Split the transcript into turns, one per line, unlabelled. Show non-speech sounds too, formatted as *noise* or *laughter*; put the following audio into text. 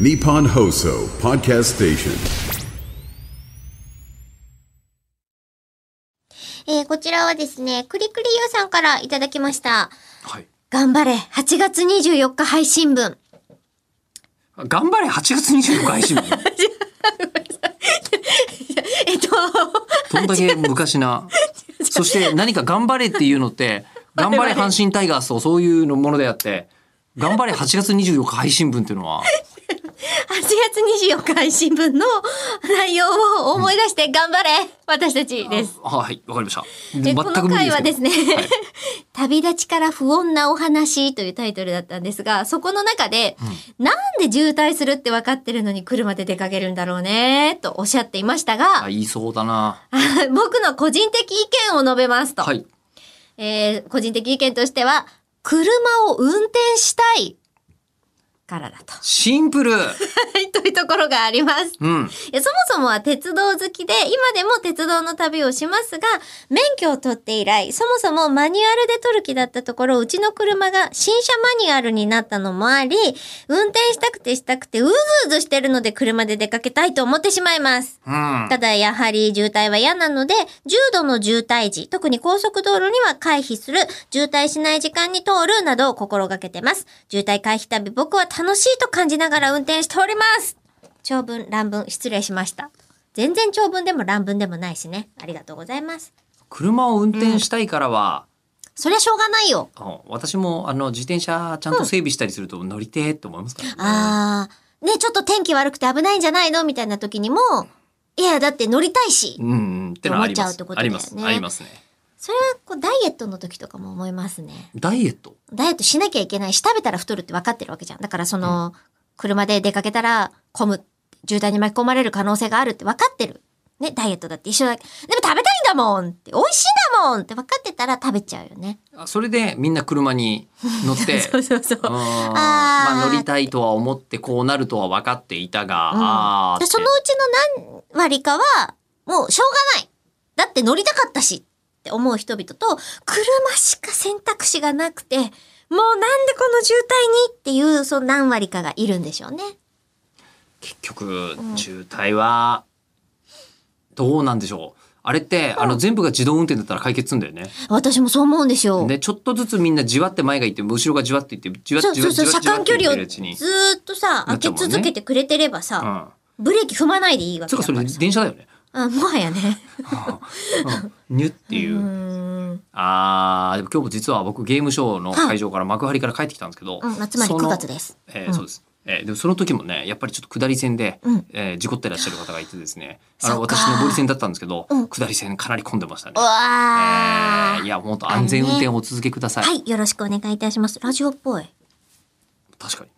Nippon Hoso Podcast Station.
えーこちらはですね、くりくりゆうさんからいただきました。
はい。
頑張れ !8 月24日配信分。 *laughs*
頑張れ、8月24日配信日。
*laughs* えっと、
どんだけ昔な。そして何か頑張れっていう
*laughs*
のって、頑張れ阪神タイガースとそういうのものであって、頑張れ8月24日配信分っていう
*laughs*
のは、
8月24日配信分の *laughs* 内容を思い出して頑張れ私たちです。
あはい、わかりました。
え
全
この
無理
回はですね、
けどはい
*laughs* 旅立ちから不穏なお話というタイトルだったんですが、そこの中で、なんで渋滞するって分かってるのに車で出かけるんだろうね、とおっしゃっていましたが、
あ、言いそうだな。
*laughs* 僕の個人的意見を述べますと。
はい。
えー個人的意見としては、車を運転したいからだと。
シンプル。
はい、というところがあります。
うん。
いやそもそもは鉄道好きで、今でも鉄道の旅をしますが、免許を取って以来、そもそもマニュアルで取る気だったところ、うちの車が新車マニュアルになったのもあり、運転したくてしたくて、うずうずしてるので車で出かけたいと思ってしまいます。
うん。
ただやはり渋滞は嫌なので、重度の渋滞時、特に高速道路には回避する、渋滞しない時間に通るなどを心がけてます。渋滞回避旅、僕は楽しいと感じながら運転しております。長文、乱文、失礼しました。全然長文でも乱文でもないしね。ありがとうございます。
車を運転したいからは、
そりゃしょうがないよ。
あの私もあの自転車ちゃんと整備したりすると乗りてえって思いますからね。
あー、ね、ちょっと天気悪くて危ないんじゃないのみたいな時にも、いや、だって乗りたいし。
うんうん。ってのはありま
思っちゃうっ
す
てこ。とだ
あり
よね
ます。ありますね。
それは、こう、ダイエットの時とかも思いますね。
ダイエット
ダイエットしなきゃいけないし、食べたら太るって分かってるわけじゃん。だからその、車で出かけたら混む、渋滞に巻き込まれる可能性があるって分かってる。ね、ダイエットだって一緒だけでも食べたいんだもんって、美味しいんだもんって分かってたら食べちゃうよね。
あそれでみんな車に乗っ
*laughs*
て
そうそうそう。
うーん
あー
まあ、乗りたいとは思ってこうなるとは分かっていたが、あー
でそのうちの何割かは、もうしょうがない。だって乗りたかったしって思う人々と、車しか選択肢がなくて、もうなんでこの渋滞にっていう、その何割かがいるんでしょうね。
結局渋滞はどうなんでしょうあれって、あの全部が自動運転だったら解決するんだよね。
私もそう思うんですよ。
でちょっとずつみんなじわって前が行って後ろがじわって行ってじわっ
そう
てじわ
そう
っじ
そう、
わっ
車
じわっ
間距離
て行
を
っ
ず
てるうちに。
ーっとさ、
な
開
っち
け
ゃうもんね
続けてくれてれば
う
さ、
ん、
ブレーキ踏まないでいいわけ
つ
だ
うか
か
それ
らさ。
電車だよね。
あ、もはやね。 *laughs*
ニュっていうう。
ーん。
あーでも今日も実は僕ゲームショーの会場から幕張から帰ってきたんですけど、
うんつまり
その
9月です。
えーそうです。えーでもその時もねやっぱりちょっと下り線で、
うん
えー事故ってらっしゃる方がいてですねあ
そ
の
っか
私上り線だったんですけど、
うん
下り線かなり混んでましたね
う。わ
えーい
ー。
や本当安全運転をお続けください。
はい、よろしくお願いいたします。ラジオっぽい。
確かに